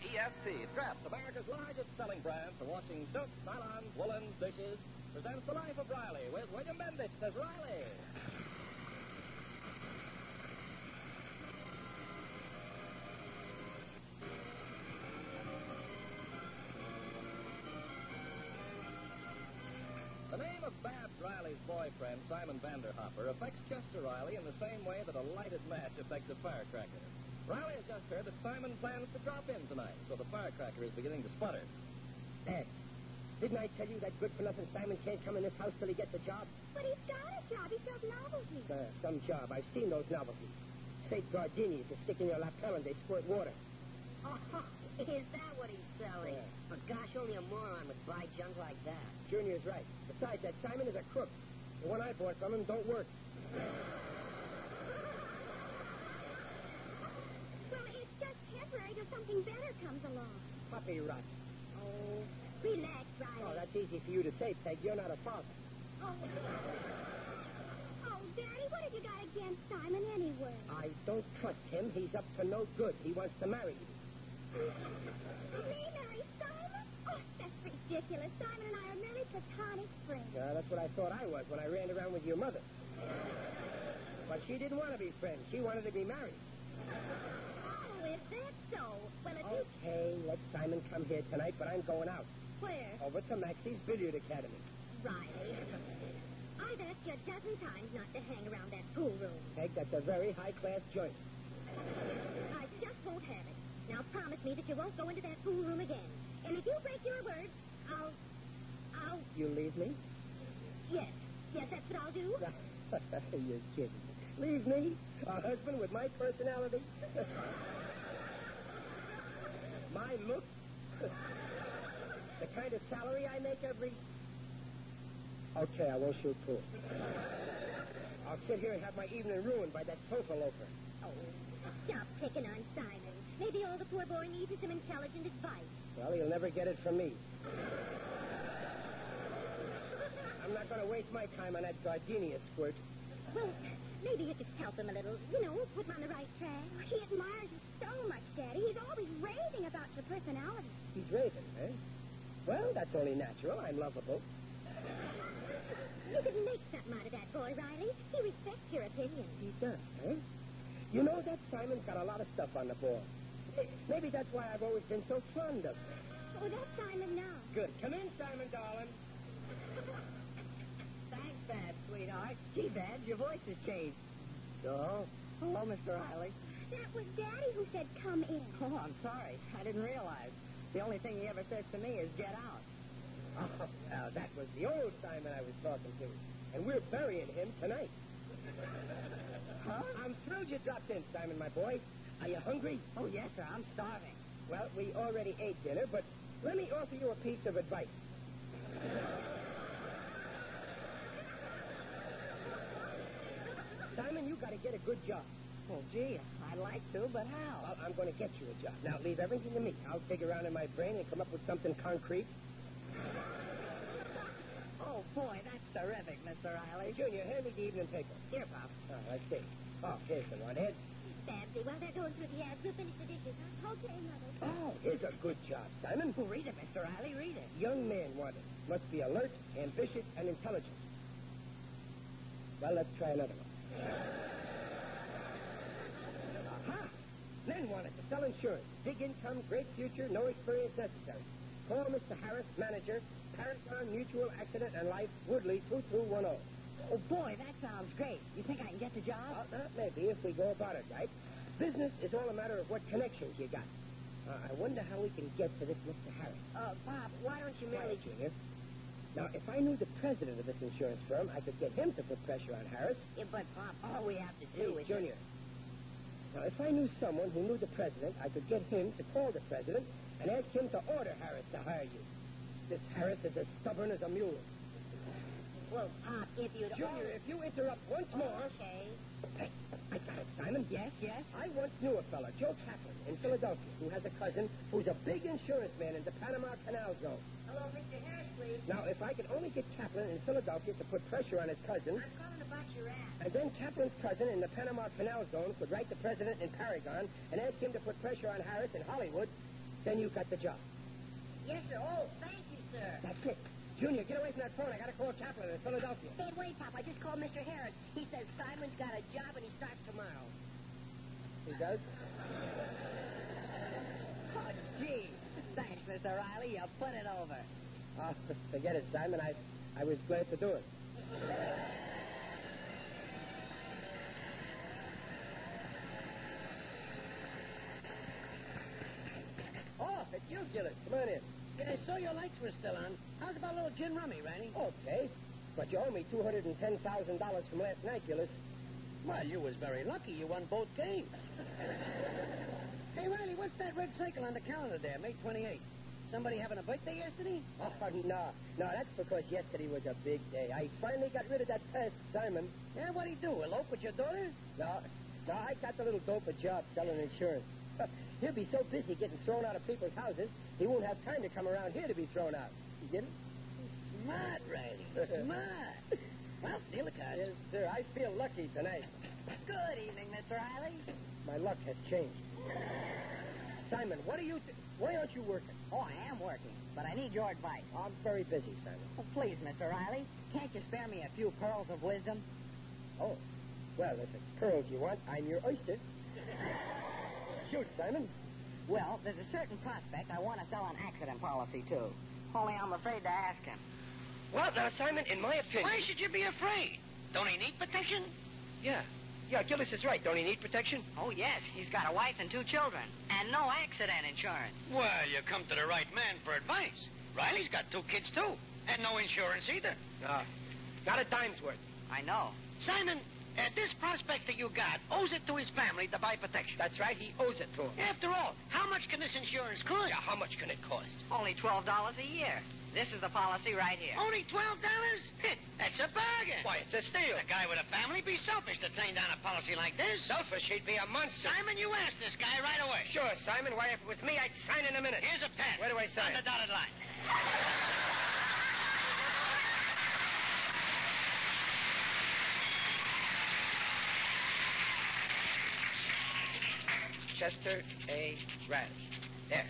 E FT, Straps, America's largest selling brand for washing silk, nylons, woolens, dishes, presents The Life of Riley with William Bendix as Riley. The name of Babs Riley's boyfriend, Simon Vanderhopper, affects Chester Riley in the same way that a lighted match affects a firecracker. Riley has just heard that Simon plans to drop in tonight, so the firecracker is beginning to sputter. Babs, didn't I tell you that good for nothing Simon can't come in this house till he gets a job? But he's got a job. He sells novelties. Uh, some job. I've seen those novelties. Fake gardenias that stick in your lap collar and they squirt water. Oh, is that what he's selling? Yeah. But gosh, only a moron would buy junk like that. Junior's right. Besides, that Simon is a crook. The one I bought from him don't work. Well, it's just temporary till something better comes along. Puppy rot. Oh. Relax, Riley. Oh, that's easy for you to say, Peg. You're not a father. Oh. Oh, Daddy, what have you got against Simon anyway? I don't trust him. He's up to no good. He wants to marry you. Me marry Simon? Oh, that's ridiculous. Simon and I are merely platonic friends. Uh, that's what I thought I was when I ran around with your mother. But she didn't want to be friends. She wanted to be married. Oh, is that so? Well, Oh. if you... Okay, let Simon come here tonight, but I'm going out. Where? Over to Maxie's Billiard Academy. Riley. I've asked you a dozen times not to hang around that pool room. Peg, that's a very high-class joint. I just won't have it. Now promise me that you won't go into that pool room again. And if you break your word, I'll... I'll... You leave me? Yes. Yes, that's what I'll do. You're kidding. Leave me? A husband with my personality? my looks? the kind of salary I make every... Okay, I won't shoot pool. I'll sit here and have my evening ruined by that sofa loafer. Stop picking on Simon. Maybe all the poor boy needs is some intelligent advice. Well, he'll never get it from me. I'm not going to waste my time on that gardenia squirt. Well, maybe you could help him a little. You know, put him on the right track. He admires you so much, Daddy. He's always raving about your personality. He's raving, eh? Well, that's only natural. I'm lovable. You could make something out of that boy, Riley. He respects your opinion. He does, eh? You know, that Simon's got a lot of stuff on the board. May- Maybe that's why I've always been so fond of him. Oh, that's Simon now. Good. Come in, Simon, darling. Thanks, Babs, sweetheart. Gee, Babs, your voice has changed. Oh? Hello, Mr. Riley. That was Daddy who said come in. Oh, I'm sorry. I didn't realize. The only thing he ever says to me is get out. Oh, now, that was the old Simon I was talking to. And we're burying him tonight. Huh? I'm thrilled you dropped in, Simon, my boy. Are you hungry? Oh, yes, sir. I'm starving. Well, we already ate dinner, but let me offer you a piece of advice. Simon, you got to get a good job. Well, gee, I'd like to, but how? Well, I'm going to get you a job. Now, leave everything to me. I'll dig around in my brain and come up with something concrete. oh, boy, that's terrific, Mr. Hey, Riley. Junior, hand me the evening paper. Here, Pop. Oh, I see. Oh, here's the one. Heads. Babsy, while they're going through the ads, we'll finish the dishes, huh? Okay, Mother. Oh, here's a good job, Simon. Oh, read it, Mr. Riley. Read it. Young man wanted. Must be alert, ambitious, and intelligent. Well, let's try another one. Aha! Men wanted to sell insurance. Big income, great future, no experience necessary. Call Mr. Harris, manager, Paragon Mutual Accident and Life, Woodley 2210. Oh, boy, that sounds great. You think I can get the job? Well, uh, maybe if we go about it right. Business is all a matter of what connections you got. Uh, I wonder how we can get to this Mr. Harris. Uh, Pop, why don't you Mary Junior. Now, if I knew the president of this insurance firm, I could get him to put pressure on Harris. Yeah, but, Pop, all we have to do Hey, is... Junior. Now, if I knew someone who knew the president, I could get him to call the president and ask him to order Harris to hire you. This Harris is as stubborn as a mule. Well, Pop, if you'd... Junior, if you interrupt once more. Okay. Hey, I got it, Simon. Yes, yes. I once knew a fellow, Joe Kaplan, in Philadelphia, who has a cousin who's a big insurance man in the Panama Canal Zone. Hello, Mr. Harris, please. Now, if I could only get Kaplan in Philadelphia to put pressure on his cousin, I'm calling about your ad. and then Kaplan's cousin in the Panama Canal Zone could write the president in Paragon and ask him to put pressure on Harris in Hollywood, Then you got the job. Yes, sir. Oh, thank you, sir. That's it. Junior, get away from that phone. I gotta call Kaplan in Philadelphia. Hey, wait, Pop. I just called Mr. Harris. He says Simon's got a job and he starts tomorrow. He does? Oh, gee. Thanks, Mr. Riley. You put it over. Oh, forget it, Simon. I, I was glad to do it. Oh, it's you, Gillis. Come on in. Yeah, I saw your lights were still on. How's about a little gin rummy, Riley? Okay. But you owe me $210,000 from last night, Gillis. Well, you was very lucky. You won both games. hey, Riley, what's that red circle on the calendar there, May 28th? Somebody having a birthday yesterday? Oh, no. No, that's because yesterday was a big day. I finally got rid of that pest, Simon. Yeah, what'd he do? Elope with your daughter? No, no, I got the little dope a job selling insurance. He'll be so busy getting thrown out of people's houses, he won't have time to come around here to be thrown out. You get it? Smart, Riley. Smart. well, steal the cards. Yes, sir. I feel lucky tonight. Good evening, Mr. Riley. My luck has changed. Simon, what are you... Th- why aren't you working? Oh, I am working, but I need your advice. I'm very busy, Simon. Oh, please, Mr. Riley, can't you spare me a few pearls of wisdom? Oh. Well, if it's pearls you want, I'm your oyster. Shoot, Simon. Well, there's a certain prospect I want to sell an accident policy to. Only I'm afraid to ask him. Well, now, Simon, in my opinion... Why should you be afraid? Don't he need protection? Yeah. Yeah, Gillis is right. Don't he need protection? Oh, yes. He's got a wife and two children. And no accident insurance. Well, you come to the right man for advice. Riley's got two kids, too. And no insurance either. No. Not Ah, a dime's worth. I know. Simon, uh, this prospect that you got owes it to his family to buy protection. That's right. He owes it to him. After all, how much can this insurance cost? Yeah, how much can it cost? Only $12 a year. This is the policy right here. Only twelve dollars? That's a bargain. Why, it's a steal. A guy with a family be selfish to turn down a policy like this. Selfish, he'd be a monster. Simon, you asked this guy right away. Sure, Simon. Why, if it was me, I'd sign in a minute. Here's a pen. Where do I sign? On the dotted line. Chester A. Riley. There.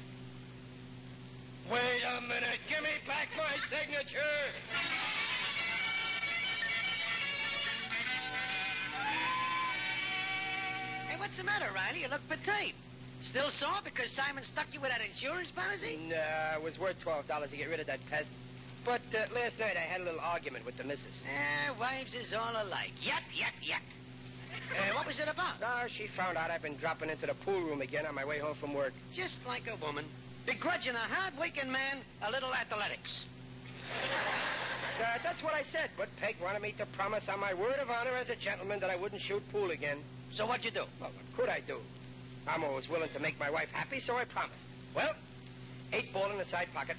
Wait a minute. Give me back my signature. Hey, what's the matter, Riley? You look petite. Still sore because Simon stuck you with that insurance policy? Nah, it was worth twelve dollars to get rid of that pest. But uh, last night I had a little argument with the missus. Eh, wives is all alike. Yup, yup, yup. Uh, what was it about? Ah, she found out I've been dropping into the pool room again on my way home from work. Just like a woman. Begrudging a hard-working man a little athletics. Uh, that's what I said, but Peg wanted me to promise on my word of honor as a gentleman that I wouldn't shoot pool again. So what'd you do? Well, what could I do? Mama was willing to make my wife happy, so I promised. Well, eight ball in the side pocket.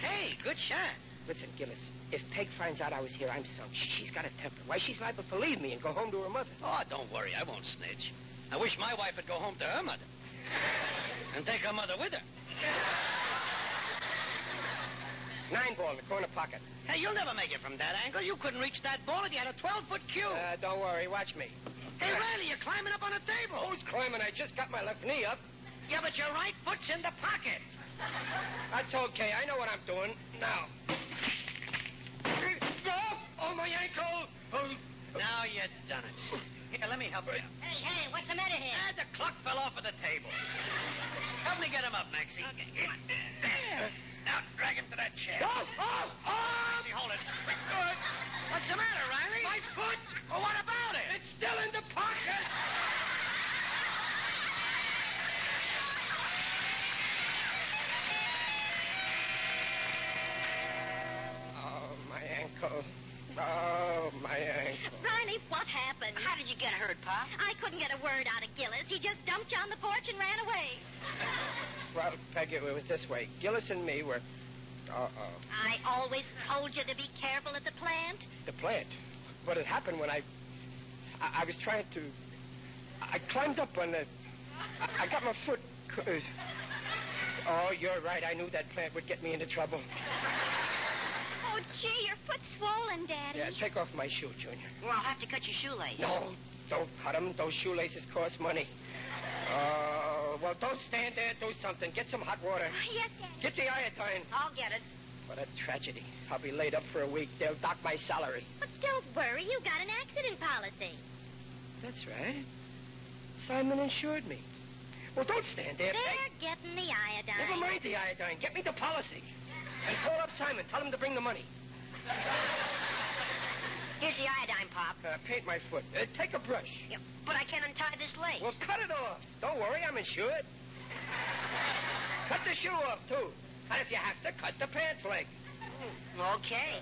Hey, good shot. Listen, Gillis, if Peg finds out I was here, I'm sunk. She- She's got a temper. Why, she's liable to leave me and go home to her mother. Oh, don't worry. I won't snitch. I wish my wife would go home to her mother. And take her mother with her. Nine ball in the corner pocket. Hey, you'll never make it from that angle. You couldn't reach that ball if you had a 12-foot cue. Uh, don't worry, watch me. hey, Riley, you're climbing up on a table. Who's climbing? I just got my left knee up. Yeah, but your right foot's in the pocket. That's okay. I know what I'm doing. Now. Oh, oh my ankle! Oh, Now you've done it. Here, let me help you. Hey, hey, what's the matter here? Ah, the clock fell off of the table. Help me get him up, Maxie. Okay, There. Now drag him to that chair. oh, oh, oh! Maxie, hold it. What's the matter, Riley? My foot! Well, what about it? It's still in the pocket! Oh, my ankle. Oh, my ankle. Riley, what happened? How did you get hurt, Pop? I couldn't get a word out of Gillis. He just dumped you on the porch and ran away. Well, Peggy, it was this way. Gillis and me were. Uh oh. I always told you to be careful at the plant. The plant. But it happened when I. I, I was trying to. I climbed up on the. I, I got my foot. c- uh, Oh, you're right. I knew that plant would get me into trouble. Oh, gee, your foot's swollen, Daddy. Yeah, take off my shoe, Junior. Well, I'll have to cut your shoelace. No, don't cut them. Those shoelaces cost money. Oh, Well, well, don't stand there. Do something. Get some hot water. Yes, Daddy. Get the iodine. I'll get it. What a tragedy. I'll be laid up for a week. They'll dock my salary. But don't worry, you got an accident policy. That's right. Simon insured me. Well, don't stand there. They're getting the iodine. Never mind the iodine. Get me the policy. And call up Simon. Tell him to bring the money. Here's the iodine, Pop. Uh, paint my foot. Uh, take a brush. Yeah, but I can't untie this lace. Well, cut it off. Don't worry, I'm insured. cut the shoe off, too. And if you have to, cut the pants leg. okay.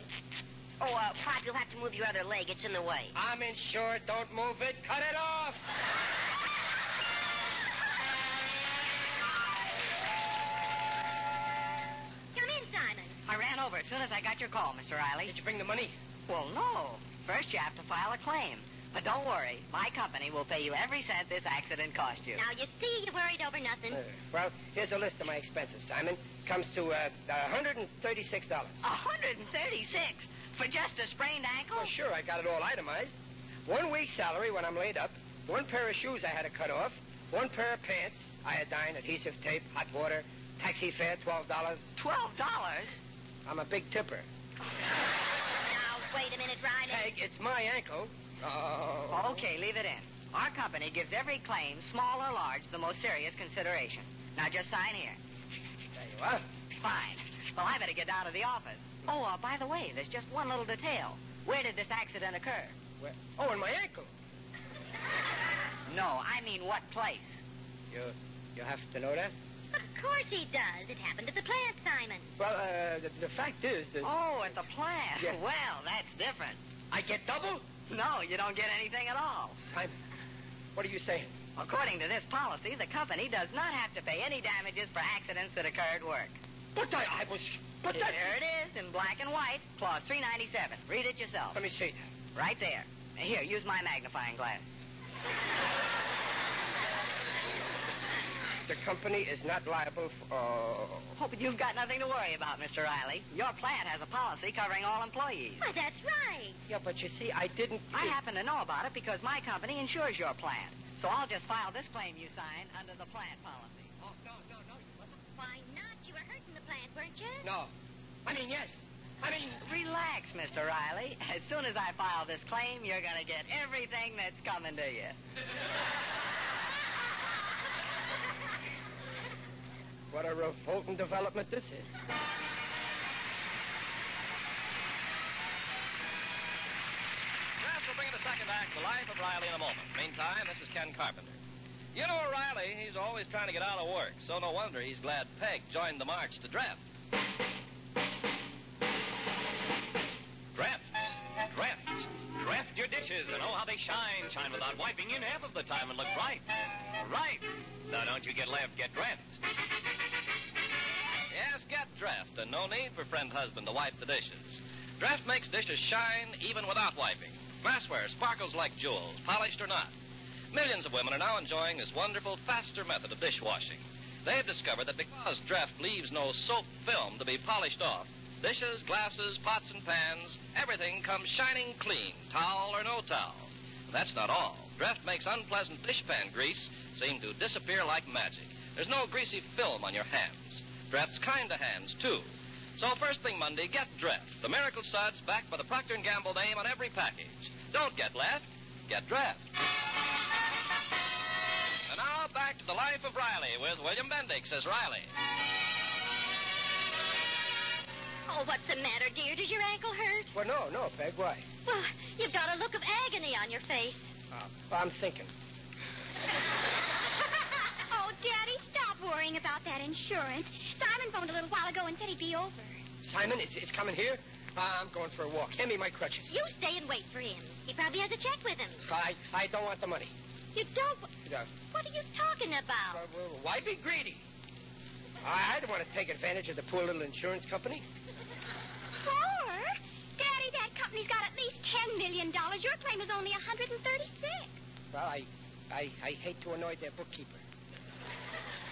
Oh, uh, Pop, you'll have to move your other leg. It's in the way. I'm insured. Don't move it. Cut it off. Come in, Simon. I ran over as soon as I got your call, Mr. Riley. Did you bring the money? Well, no. First, you have to file a claim. But don't worry, my company will pay you every cent this accident cost you. Now, you see, you worried over nothing. Uh, well, here's a list of my expenses, Simon. Comes to uh, $136. A 136 for just a sprained ankle? Well, Oh, sure, I got it all itemized. One week's salary when I'm laid up, one pair of shoes I had to cut off, one pair of pants, iodine, adhesive tape, hot water, taxi fare, $12. Twelve dollars? I'm a big tipper. Now, wait a minute, Riley. Peg, it's my ankle. Oh. Okay, leave it in. Our company gives every claim, small or large, the most serious consideration. Now just sign here. There you are. Fine. Well, I better get down to the office. Oh, uh, by the way, there's just one little detail. Where did this accident occur? Where? Oh, and my ankle. No, I mean what place? You, you have to know that? Of course he does. It happened at the plant, Simon. Well, uh, the, the fact is that Oh, at the plant. Yeah. Well, that's different. I get double? No, you don't get anything at all. Simon, what are you saying? According to this policy, the company does not have to pay any damages for accidents that occur at work. But I, I was. But that's. There it is in black and white, clause 397. Read it yourself. Let me see. Right there. Now, Here, use my magnifying glass. The company is not liable for. Oh. Oh, but you've got nothing to worry about, Mr. Riley. Your plant has a policy covering all employees. Why, that's right. Yeah, but you see, I didn't. I happen to know about it because my company insures your plant. So I'll just file this claim you signed under the plant policy. Oh, no, no, no, you mustn't. Why not? You were hurting the plant, weren't you? No. I mean, yes. I mean. Relax, Mr. Riley. As soon as I file this claim, you're going to get everything that's coming to you. What a revolting development this is. Perhaps we'll bring in the second act, The Life of Riley, in a moment. Meantime, this is Ken Carpenter. You know Riley, he's always trying to get out of work, so no wonder he's glad Peg joined the march to draft. Draft, draft, draft your dishes and oh how they shine, shine without wiping in half of the time and look bright, right. Now don't you get left, get draft. Yes, get draft, and no need for friend husband to wipe the dishes. Draft makes dishes shine even without wiping. Glassware sparkles like jewels, polished or not. Millions of women are now enjoying this wonderful, faster method of dishwashing. They've discovered that because draft leaves no soap film to be polished off, dishes, glasses, pots, and pans, everything comes shining clean, towel or no towel. That's not all. Draft makes unpleasant dishpan grease seem to disappear like magic. There's no greasy film on your hands. Draft's kind to hands, too. So first thing Monday, get Draft, the miracle suds backed by the Procter & Gamble name on every package. Don't get left, get Draft. And now back to the life of Riley with William Bendix as Riley. Oh, what's the matter, dear? Does your ankle hurt? Well, no, no, Peg, why? Well, you've got a look of agony on your face. Uh, I'm thinking. oh, Daddy, stop worrying about that insurance. Simon phoned a little while ago and said he'd be over. Simon is, is coming here? Uh, I'm going for a walk. Hand me my crutches. You stay and wait for him. He probably has a check with him. I, I don't want the money. You don't. Yeah. What are you talking Uh, about? well, why be greedy? I, I don't want to take advantage of the poor little insurance company. Four? Daddy, that company's got at least ten million dollars. Your claim is only a hundred and thirty-six. Well, I, I, I hate to annoy their bookkeeper.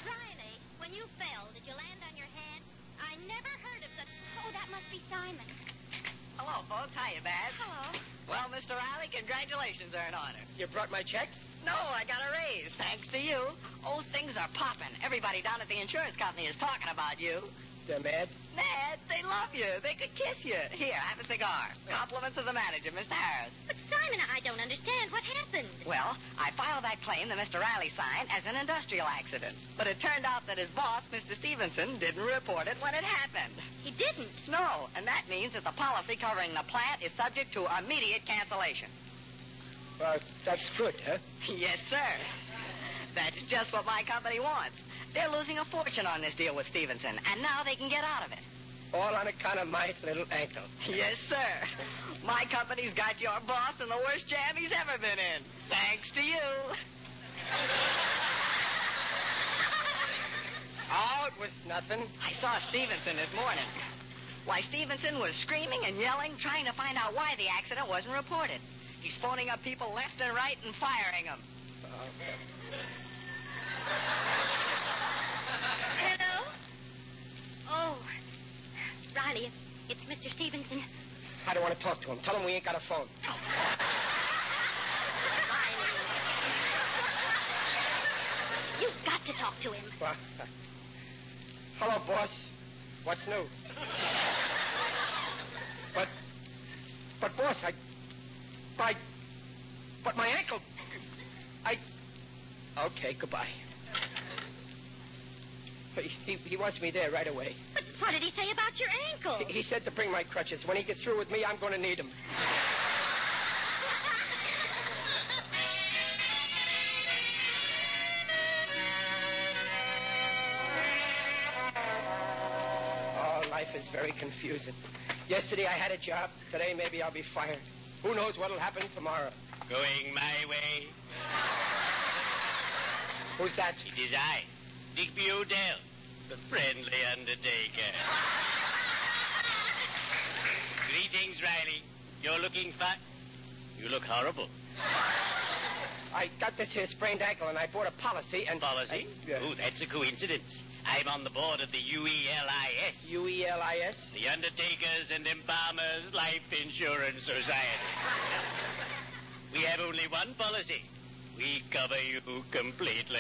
Riley, when you fell, did you land on your head? I never heard of such. Oh, that must be Simon. Hello, folks. Hiya, Babs. Hello. Well, Mr. Riley, congratulations are in order. You brought my check? No, I got a raise, thanks to you. Oh, things are popping. Everybody down at the insurance company is talking about you. They're mad? Ned, they love you. They could kiss you. Here, have a cigar. Compliments of the manager, Mr. Harris. But Simon, I don't understand. What happened? Well, I filed that claim that Mr. Riley signed as an industrial accident. But it turned out that his boss, Mr. Stevenson, didn't report it when it happened. He didn't. No, and that means that the policy covering the plant is subject to immediate cancellation. Well, that's good, huh? yes, sir. That's just what my company wants. They're losing a fortune on this deal with Stevenson, and now they can get out of it. All on account of my little ankle. Yes, sir. My company's got your boss in the worst jam he's ever been in. Thanks to you. Out was nothing. I saw Stevenson this morning. Why, Stevenson was screaming and yelling, trying to find out why the accident wasn't reported. He's phoning up people left and right and firing them. Hello? Oh, Riley, it's, it's Mr. Stevenson. I don't want to talk to him. Tell him we ain't got a phone. You've got to talk to him. Well, Hello, boss. What's new? but, but, boss, I, I, but my ankle, I. Okay, goodbye. He, he wants me there right away. But what did he say about your ankle? He, he said to bring my crutches. When he gets through with me, I'm going to need them. Oh, life is very confusing. Yesterday I had a job. Today maybe I'll be fired. Who knows what'll happen tomorrow? Going my way. Who's that? It is I, Digby Odell, the friendly undertaker. Greetings, Riley. You're looking fat. You look horrible. I got this here sprained ankle and I bought a policy and. Policy? Uh, yeah. Oh, that's a coincidence. I'm on the board of the E UELIS, E U-E-L-I-S? the Undertakers and Embalmers Life Insurance Society. we have only one policy. We cover you completely.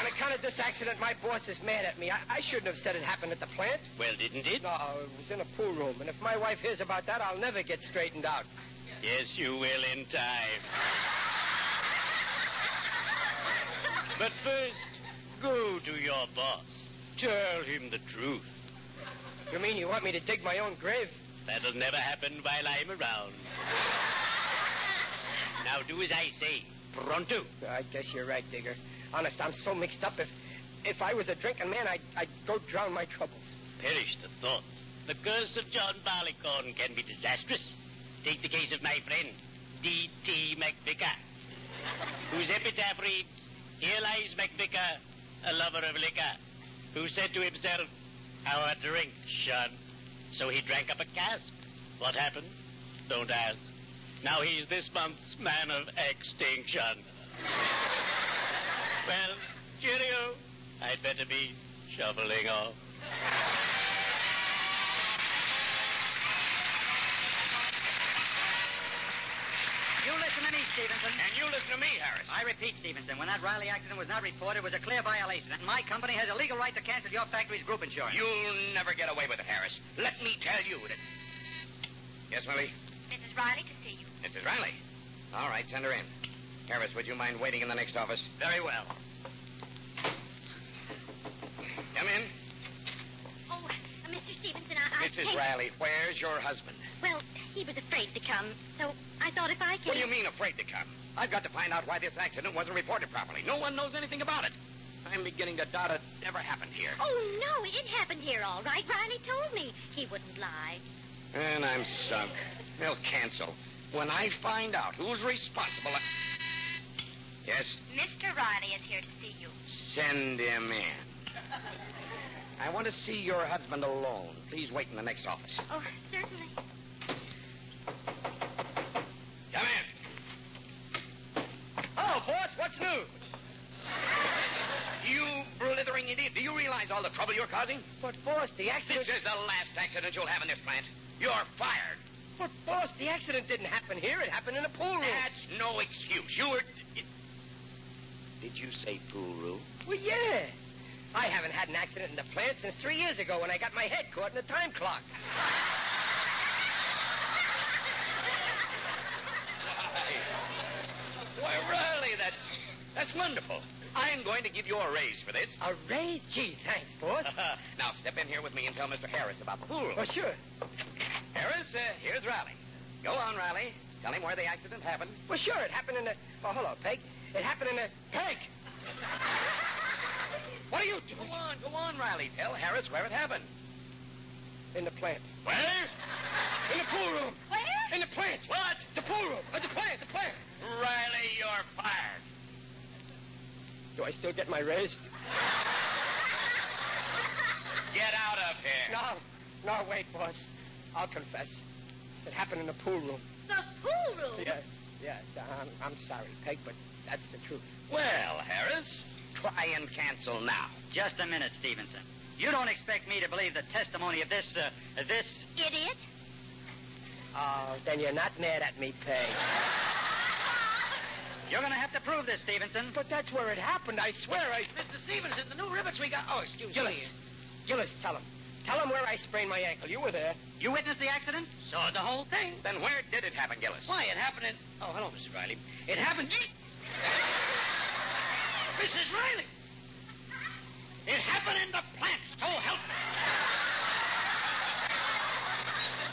On account of this accident, my boss is mad at me. I, I shouldn't have said it happened at the plant. Well, didn't it? No, it was in a pool room, and if my wife hears about that, I'll never get straightened out. Yes, you will in time. but first, go to your boss. Tell him the truth. You mean you want me to dig my own grave? That'll never happen while I'm around. now do as I say. Pronto. I guess you're right, Digger. Honest, I'm so mixed up. If if I was a drinking man, I'd, I'd go drown my troubles. Perish the thought. The curse of John Barleycorn can be disastrous. Take the case of my friend, D.T. McVicker, whose epitaph reads, Here lies McVicker, a lover of liquor, who said to himself, Our drink, Sean. So he drank up a cask. What happened? Don't ask. Now he's this month's man of extinction. well, cheerio. I'd better be shoveling off. You listen to me, Stevenson. And you listen to me, Harris. I repeat, Stevenson, when that Riley accident was not reported, it was a clear violation, and my company has a legal right to cancel your factory's group insurance. You'll never get away with it, Harris. Let me tell you that. Yes, Willie? Mrs. Riley to see you. Mrs. Riley. All right, send her in. Harris, would you mind waiting in the next office? Very well. Come in. Oh, uh, Mr. Stevenson, I, I Mrs. came- Riley, where's your husband? Well, he was afraid to come, so I thought if I came... What do you mean afraid to come? I've got to find out why this accident wasn't reported properly. No one knows anything about it. I'm beginning to doubt it ever happened here. Oh, no, it happened here all right. Riley told me. He wouldn't lie. And I'm sunk. They'll cancel. When I find out who's responsible, I... Yes? Mr. Riley is here to see you. Send him in. I want to see your husband alone. Please wait in the next office. Oh, certainly. Come in. Hello, boss. What's new? You blithering idiot. Do you realize all the trouble you're causing? But, boss, the accident. This is the last accident you'll have in this plant. You're fired. But, boss, the accident didn't happen here. It happened in a pool room. That's no excuse. You were. Did you say pool room? Well, yeah. I haven't had an accident in the plant since three years ago when I got my head caught in a time clock. Why, Riley, that's that's wonderful. I'm going to give you a raise for this. A raise? Gee, thanks, boss. now step in here with me and tell Mr. Harris about the pool room. Well, sure. Harris, uh, here's Riley. Go on, Riley. Tell him where the accident happened. Well, sure, it happened in a... Oh, hello, Peg. It happened in a... Peg! What are you doing? Go on, go on, Riley. Tell Harris where it happened. In the plant. Where? In the pool room. Where? In the plant. What? The pool room. Uh, the plant, the plant. Riley, you're fired. Do I still get my raise? Get out of here. No. No, wait, boss. I'll confess. It happened in the pool room. The pool room? Yeah. Yeah. I'm, I'm sorry, Peg, but that's the truth. Well, Harris, try and cancel now. Just a minute, Stevenson. You don't expect me to believe the testimony of this, uh, this. Idiot? Oh, then you're not mad at me, Peg. You're going to have to prove this, Stevenson. But that's where it happened, I swear. I... Mr. Stevenson, the new ribbons we got. Oh, excuse Gillis. me. Gillis, tell him. Tell him where I sprained my ankle. You were there. You witnessed the accident? Saw the whole thing. Then where did it happen, Gillis? Why, it happened in. Oh, hello, Mrs. Riley. It happened. Mrs. Riley! It happened in the plant. So Oh, help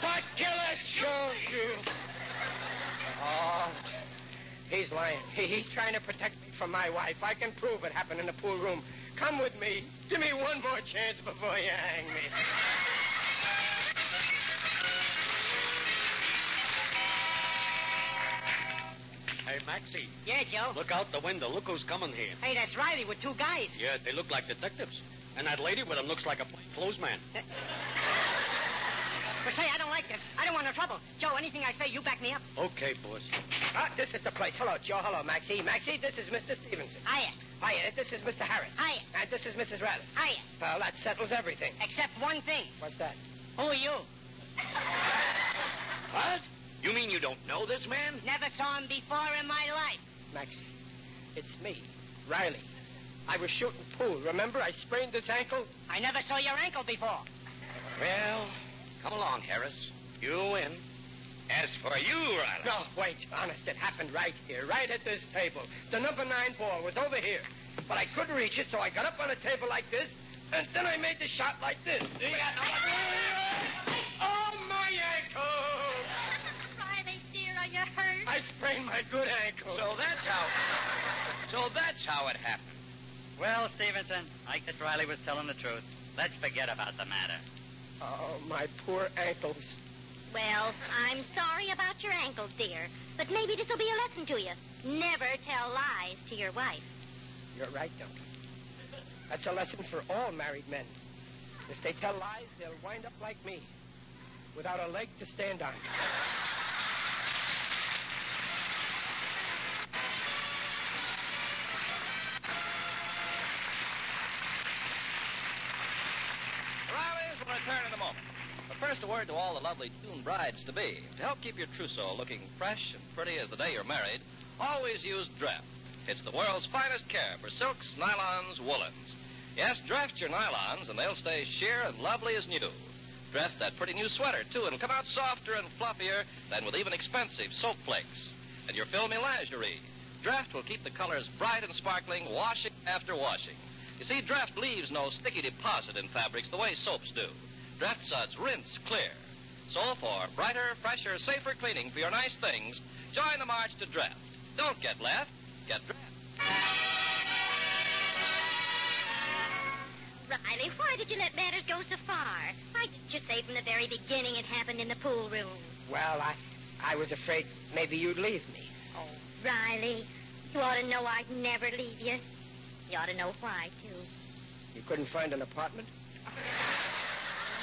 me. But Gillis showed you. Oh, he's lying. He, he's trying to protect me from my wife. I can prove it happened in the pool room. Come with me. Give me one more chance before you hang me. Hey, Maxie. Yeah, Joe. Look out the window. Look who's coming here. Hey, that's Riley with two guys. Yeah, they look like detectives. And that lady with him looks like a clothes man. But say, I don't like this. I don't want no trouble. Joe, anything I say, you back me up. Okay, boss. Ah, this is the place. Hello, Joe. Hello, Maxie. Maxie, this is Mr. Stevenson. Hiya. Hiya. This is Mr. Harris. Hiya. And this is Mrs. Riley. Hiya. Well, that settles everything. Except one thing. What's that? Who are you? What? You mean you don't know this man? Never saw him before in my life. Maxie, it's me, Riley. I was shooting pool. Remember, I sprained this ankle? I never saw your ankle before. Well, come along, Harris. You win. As for you, Riley. No, wait. Honest, it happened right here, right at this table. The number nine ball was over here. But I couldn't reach it, so I got up on a table like this, and then I made the shot like this. See? Oh, my ankle! Riley, dear, are you hurt? I sprained my good ankle. So that's how. So that's how it happened. Well, Stevenson, I guess Riley was telling the truth. Let's forget about the matter. Oh, my poor ankles. Well, I'm sorry about your ankle, dear, but maybe this will be a lesson to you. Never tell lies to your wife. You're right, Duncan. That's a lesson for all married men. If they tell lies, they'll wind up like me, without a leg to stand on. Riley's will return in a moment. But first, a word to all the lovely June brides to be. To help keep your trousseau looking fresh and pretty as the day you're married, always use Draft. It's the world's finest care for silks, nylons, woolens. Yes, draft your nylons, and they'll stay sheer and lovely as new. Draft that pretty new sweater, too. It'll come out softer and fluffier than with even expensive soap flakes. And your filmy lingerie. Draft will keep the colors bright and sparkling, washing after washing. You see, draft leaves no sticky deposit in fabrics the way soaps do. Draft suds rinse clear. So for brighter, fresher, safer cleaning for your nice things, join the march to draft. Don't get left, get draft. Riley, why did you let matters go so far? Why didn't you say from the very beginning it happened in the pool room? Well, I, I was afraid maybe you'd leave me. Oh, Riley, you ought to know I'd never leave you. You ought to know why, too. You couldn't find an apartment?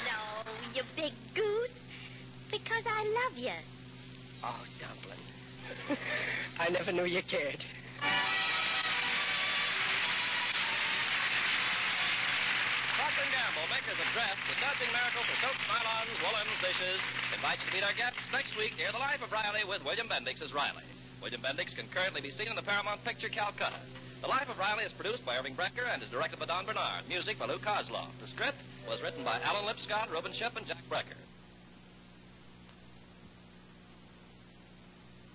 No, you big goose. Because I love you. Oh, Dublin. I never knew you cared. Procter & Gamble makes Packers of Kraft, the Something Miracle for soaps, nylons, woolens, dishes, invites you to meet our guests next week near The Life of Riley with William Bendix as Riley. William Bendix can currently be seen in the Paramount picture Calcutta. The Life of Riley is produced by Irving Brecker and is directed by Don Bernard. Music by Lou Kozloff. The script was written by Alan Lipscott, Reuben Shep, and Jack Brecker.